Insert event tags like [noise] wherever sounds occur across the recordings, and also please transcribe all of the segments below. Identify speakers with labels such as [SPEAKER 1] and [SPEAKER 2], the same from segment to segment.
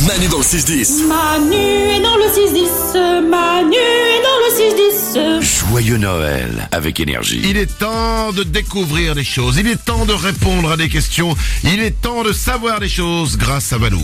[SPEAKER 1] Manu dans le 6-10.
[SPEAKER 2] Manu est dans le 6-10, Manu est dans le 6-10.
[SPEAKER 1] Joyeux Noël avec énergie.
[SPEAKER 3] Il est temps de découvrir des choses, il est temps de répondre à des questions, il est temps de savoir des choses grâce à Valou.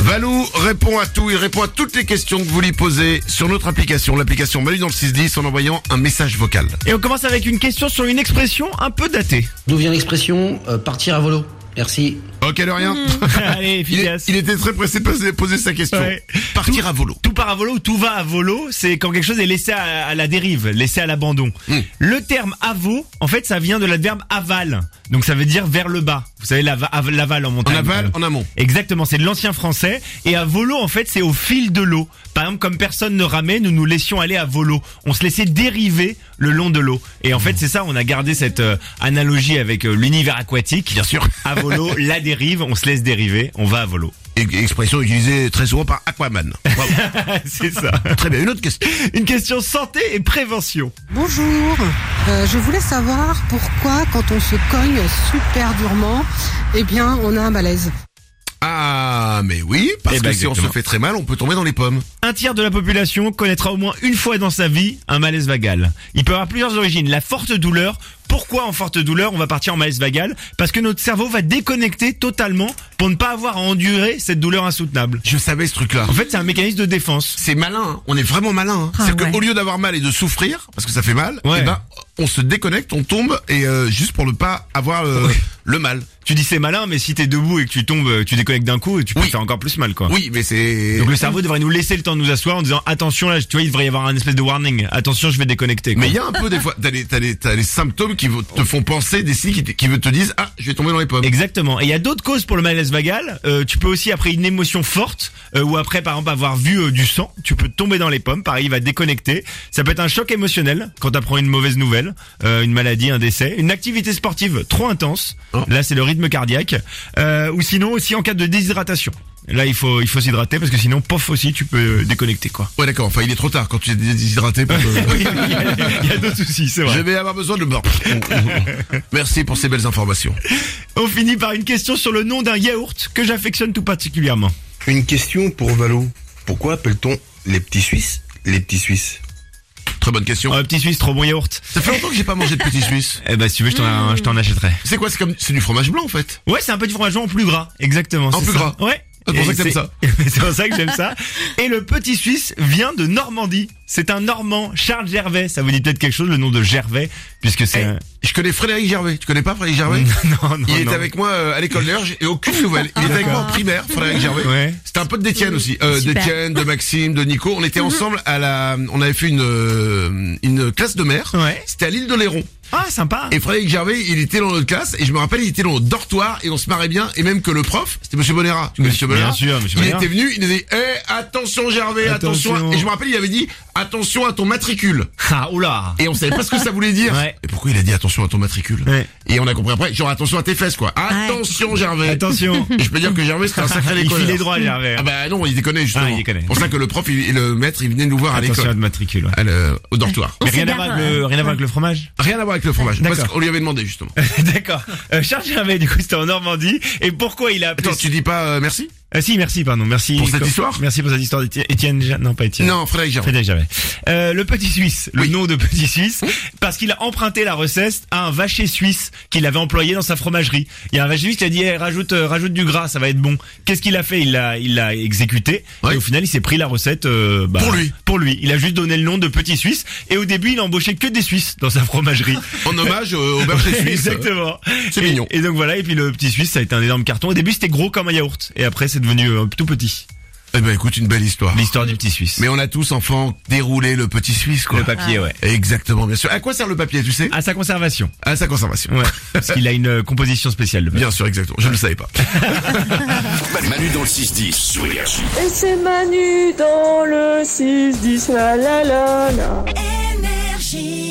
[SPEAKER 3] Valou répond à tout, il répond à toutes les questions que vous lui posez sur notre application, l'application Manu dans le 610 en envoyant un message vocal.
[SPEAKER 4] Et on commence avec une question sur une expression un peu datée.
[SPEAKER 5] D'où vient l'expression euh, partir à volo Merci.
[SPEAKER 3] Ok de rien
[SPEAKER 4] Allez,
[SPEAKER 3] [laughs] il, est-
[SPEAKER 4] Mhm. efficace.
[SPEAKER 3] il était très pressé de poser- poser sa question.
[SPEAKER 4] Ouais.
[SPEAKER 3] Partir à volo.
[SPEAKER 4] Tout part à volo ou tout va à volo, c'est quand quelque chose est laissé à, à la dérive, laissé à l'abandon. Le terme avo, en fait, ça vient de l'adverbe aval. Donc ça veut dire vers le bas. Vous savez, l'ava- av- l'aval en
[SPEAKER 3] En
[SPEAKER 4] montagne.
[SPEAKER 3] aval,
[SPEAKER 4] Voilà.
[SPEAKER 3] en amont.
[SPEAKER 4] Exactement, c'est de l'ancien français. Et à volo, en fait, c'est au fil de l'eau. Par exemple, comme personne ne ramait, nous nous laissions aller à volo. On se laissait dériver le long de l'eau. Et en fait, c'est ça, on a gardé cette euh, analogie avec euh, l'univers aquatique. Bien sûr. À volo, la dérive, on se laisse dériver, on va à volo.
[SPEAKER 3] Et- Expression utilisée très souvent par Aquaman. Bravo.
[SPEAKER 4] [laughs] c'est ça.
[SPEAKER 3] très bien, une autre question.
[SPEAKER 4] Une question santé et prévention.
[SPEAKER 6] Bonjour, Euh, je voulais savoir pourquoi quand on se cogne super durement, eh bien on a un malaise.
[SPEAKER 3] Ah, mais oui, parce
[SPEAKER 4] Eh
[SPEAKER 3] que
[SPEAKER 4] ben,
[SPEAKER 3] si on se
[SPEAKER 4] exactement.
[SPEAKER 3] fait très mal, on peut tomber dans les pommes.
[SPEAKER 4] Un tiers de la population connaîtra au moins une fois dans sa vie un malaise vagal. Il peut avoir plusieurs origines. La forte douleur. Pourquoi en forte douleur on va partir en malaise vagal Parce que notre cerveau va déconnecter totalement pour ne pas avoir à endurer cette douleur insoutenable.
[SPEAKER 3] Je savais ce truc-là.
[SPEAKER 4] En fait, c'est un mécanisme de défense.
[SPEAKER 3] C'est malin, hein. on est vraiment malin. hein. C'est-à-dire qu'au lieu d'avoir mal et de souffrir, parce que ça fait mal,
[SPEAKER 4] Ouais.
[SPEAKER 3] eh ben, on se déconnecte, on tombe, et euh, juste pour ne pas avoir euh, le mal.
[SPEAKER 4] Tu dis c'est malin, mais si t'es debout et que tu tombes, euh, tu déconnectes d'un coup, tu peux
[SPEAKER 3] Oui.
[SPEAKER 4] faire encore plus mal, quoi.
[SPEAKER 3] Oui, mais c'est...
[SPEAKER 4] Donc le cerveau devrait nous laisser le temps de nous asseoir en disant attention là, tu vois, il devrait y avoir un espèce de warning. Attention, je vais déconnecter.
[SPEAKER 3] [laughs]
[SPEAKER 4] quoi.
[SPEAKER 3] Mais il y a un peu des fois, t'as les, t'as les, t'as les symptômes qui vont- te font penser, des signes qui, te- qui te disent, ah, je vais tomber dans les pommes.
[SPEAKER 4] Exactement. Et il y a d'autres causes pour le malaise vagal. Euh, tu peux aussi après une émotion forte euh, ou après par exemple avoir vu euh, du sang, tu peux tomber dans les pommes. Pareil, il va déconnecter. Ça peut être un choc émotionnel quand t'apprends une mauvaise nouvelle, euh, une maladie, un décès, une activité sportive trop intense.
[SPEAKER 3] Oh.
[SPEAKER 4] Là, c'est le rythme cardiaque. Euh, ou sinon aussi en cas de déshydratation. Là, il faut il faut s'hydrater parce que sinon, pof aussi, tu peux euh, déconnecter quoi. [laughs]
[SPEAKER 3] Ouais, d'accord, enfin, il est trop tard quand tu es déshydraté. pour te-
[SPEAKER 4] Oui, oui, il y a- il y a, d'autres soucis, c'est
[SPEAKER 3] Je
[SPEAKER 4] vrai.
[SPEAKER 3] vais avoir besoin de
[SPEAKER 4] [laughs]
[SPEAKER 3] me... Merci pour ces belles informations.
[SPEAKER 4] On finit par une question sur le nom d'un yaourt que j'affectionne tout particulièrement.
[SPEAKER 7] Une question pour Valo. Pourquoi appelle-t-on les petits Suisses les petits Suisses
[SPEAKER 3] Très bonne question.
[SPEAKER 4] Oh, petit Suisse, trop bon yaourt.
[SPEAKER 3] Ça fait longtemps que j'ai pas mangé de petit suisse.
[SPEAKER 4] Eh ben si tu veux, je t'en, je t'en achèterai.
[SPEAKER 3] C'est quoi C'est comme c'est du fromage blanc en fait.
[SPEAKER 4] Ouais, c'est un peu du fromage blanc en plus gras, exactement.
[SPEAKER 3] En
[SPEAKER 4] c'est
[SPEAKER 3] plus
[SPEAKER 4] ça.
[SPEAKER 3] gras.
[SPEAKER 4] Ouais.
[SPEAKER 3] C'est pour
[SPEAKER 4] Et
[SPEAKER 3] ça que t'aimes
[SPEAKER 4] c'est-
[SPEAKER 3] ça.
[SPEAKER 4] c'est [laughs] pour ça que j'aime ça. Et le petit Suisse vient de Normandie. C'est un Normand, Charles Gervais. Ça vous dit peut-être quelque chose, le nom de Gervais, puisque c'est.
[SPEAKER 3] Eh,
[SPEAKER 4] un-
[SPEAKER 3] Je connais Frédéric Gervais. Tu connais pas Frédéric Gervais
[SPEAKER 4] [laughs] non, non.
[SPEAKER 3] Il est
[SPEAKER 4] non.
[SPEAKER 3] avec moi euh, à l'école d'ailleurs, j'ai aucune nouvelle. Il était avec moi en primaire, Frédéric Gervais.
[SPEAKER 4] Ouais.
[SPEAKER 3] C'était un pote d'Étienne aussi, euh,
[SPEAKER 8] Super.
[SPEAKER 3] d'Étienne, de Maxime, de Nico. On était ensemble à la, on avait fait une euh, une classe de mer.
[SPEAKER 4] Ouais.
[SPEAKER 3] C'était à l'île de Léron.
[SPEAKER 4] Ah, sympa.
[SPEAKER 3] Et Frédéric Gervais, il était dans notre classe et je me rappelle, il était dans notre dortoir et on se marrait bien et même que le prof, c'était Monsieur Bonera. Tu connais Monsieur
[SPEAKER 4] Bien
[SPEAKER 3] Bonera
[SPEAKER 4] sûr, monsieur
[SPEAKER 3] Il
[SPEAKER 4] Bonera.
[SPEAKER 3] était venu, il nous dit, eh attention Gervais, attention.
[SPEAKER 4] Attention.
[SPEAKER 3] Et je me rappelle, il avait dit, attention à ton matricule.
[SPEAKER 4] Ah, oula.
[SPEAKER 3] Et on savait pas ce que ça voulait dire.
[SPEAKER 4] Ouais.
[SPEAKER 3] Et pourquoi il a dit attention à ton matricule
[SPEAKER 4] Ouais.
[SPEAKER 3] Et on a compris après, genre attention à tes fesses quoi. Attention Gervais. [laughs]
[SPEAKER 4] Attention.
[SPEAKER 3] Et je peux dire que Gervais c'était un sacré
[SPEAKER 4] il
[SPEAKER 3] déconneur.
[SPEAKER 4] filait droit, Gervais.
[SPEAKER 3] Ah bah non, il déconnait justement.
[SPEAKER 4] Ah, il déconnait.
[SPEAKER 3] C'est pour ça que le prof il- et le maître il venait nous voir à
[SPEAKER 4] Attention à
[SPEAKER 3] l'école.
[SPEAKER 4] de matricule. ouais.
[SPEAKER 3] à le- au dortoir.
[SPEAKER 4] Mais
[SPEAKER 8] On
[SPEAKER 4] rien
[SPEAKER 8] s'est
[SPEAKER 4] à voir
[SPEAKER 8] bien,
[SPEAKER 4] avec le,
[SPEAKER 8] euh,
[SPEAKER 4] rien à voir avec
[SPEAKER 3] [laughs]
[SPEAKER 4] le fromage.
[SPEAKER 3] Rien à voir avec le fromage.
[SPEAKER 4] D'accord.
[SPEAKER 3] Parce qu'on lui avait demandé justement.
[SPEAKER 4] D'accord. Euh, Charles Gervais, du coup, c'était en Normandie. Et pourquoi il a appelé
[SPEAKER 3] Attends, tu dis pas euh, merci
[SPEAKER 4] Ah si, merci, pardon, merci.
[SPEAKER 3] Pour cette histoire
[SPEAKER 4] Merci pour cette histoire d'Étienne, Étienne Ja- non pas Étienne.
[SPEAKER 3] Non, Frédéric Gervais.
[SPEAKER 4] Frédéric Gervais. Euh, le petit Suisse, le
[SPEAKER 3] Oui.
[SPEAKER 4] nom de petit Suisse, parce qu'il a emprunté la recette à un vacher suisse qu'il avait employé dans sa fromagerie. Il y a un vacher suisse qui a dit Eh, rajoute euh, rajoute du gras, ça va être bon. Qu'est-ce qu'il a fait Il l'a il l'a exécuté
[SPEAKER 3] Ouais.
[SPEAKER 4] et au final il s'est pris la recette euh, bah,
[SPEAKER 3] Pour lui.
[SPEAKER 4] Pour lui, il a juste donné le nom de petit Suisse et au début il a embauché que des Suisses dans sa
[SPEAKER 3] [laughs]
[SPEAKER 4] fromagerie.
[SPEAKER 3] En hommage euh, au
[SPEAKER 4] [laughs]
[SPEAKER 3] berger suisse.
[SPEAKER 4] Exactement.
[SPEAKER 3] C'est
[SPEAKER 4] Et-
[SPEAKER 3] mignon.
[SPEAKER 4] Et donc voilà, et puis le petit Suisse, ça a été un énorme carton. Au début, c'était gros comme un yaourt. Et après, c'est devenu euh, tout petit.
[SPEAKER 3] Eh ben écoute, une belle histoire.
[SPEAKER 4] L'histoire du petit Suisse.
[SPEAKER 3] Mais on a tous enfants déroulé le petit suisse quoi.
[SPEAKER 4] le papier, ouais.
[SPEAKER 3] Exactement, bien sûr. À quoi sert le papier, tu sais
[SPEAKER 4] À sa conservation.
[SPEAKER 3] À sa conservation.
[SPEAKER 4] Ouais.
[SPEAKER 3] [laughs]
[SPEAKER 4] parce qu'il a une euh, composition spéciale. le papier.
[SPEAKER 3] Bien sûr, exactement. Je ne le savais pas.
[SPEAKER 1] Manu dans le 6-10 sur Énergie.
[SPEAKER 9] Et c'est Manu dans le 6-10, la la la la.
[SPEAKER 8] Énergie.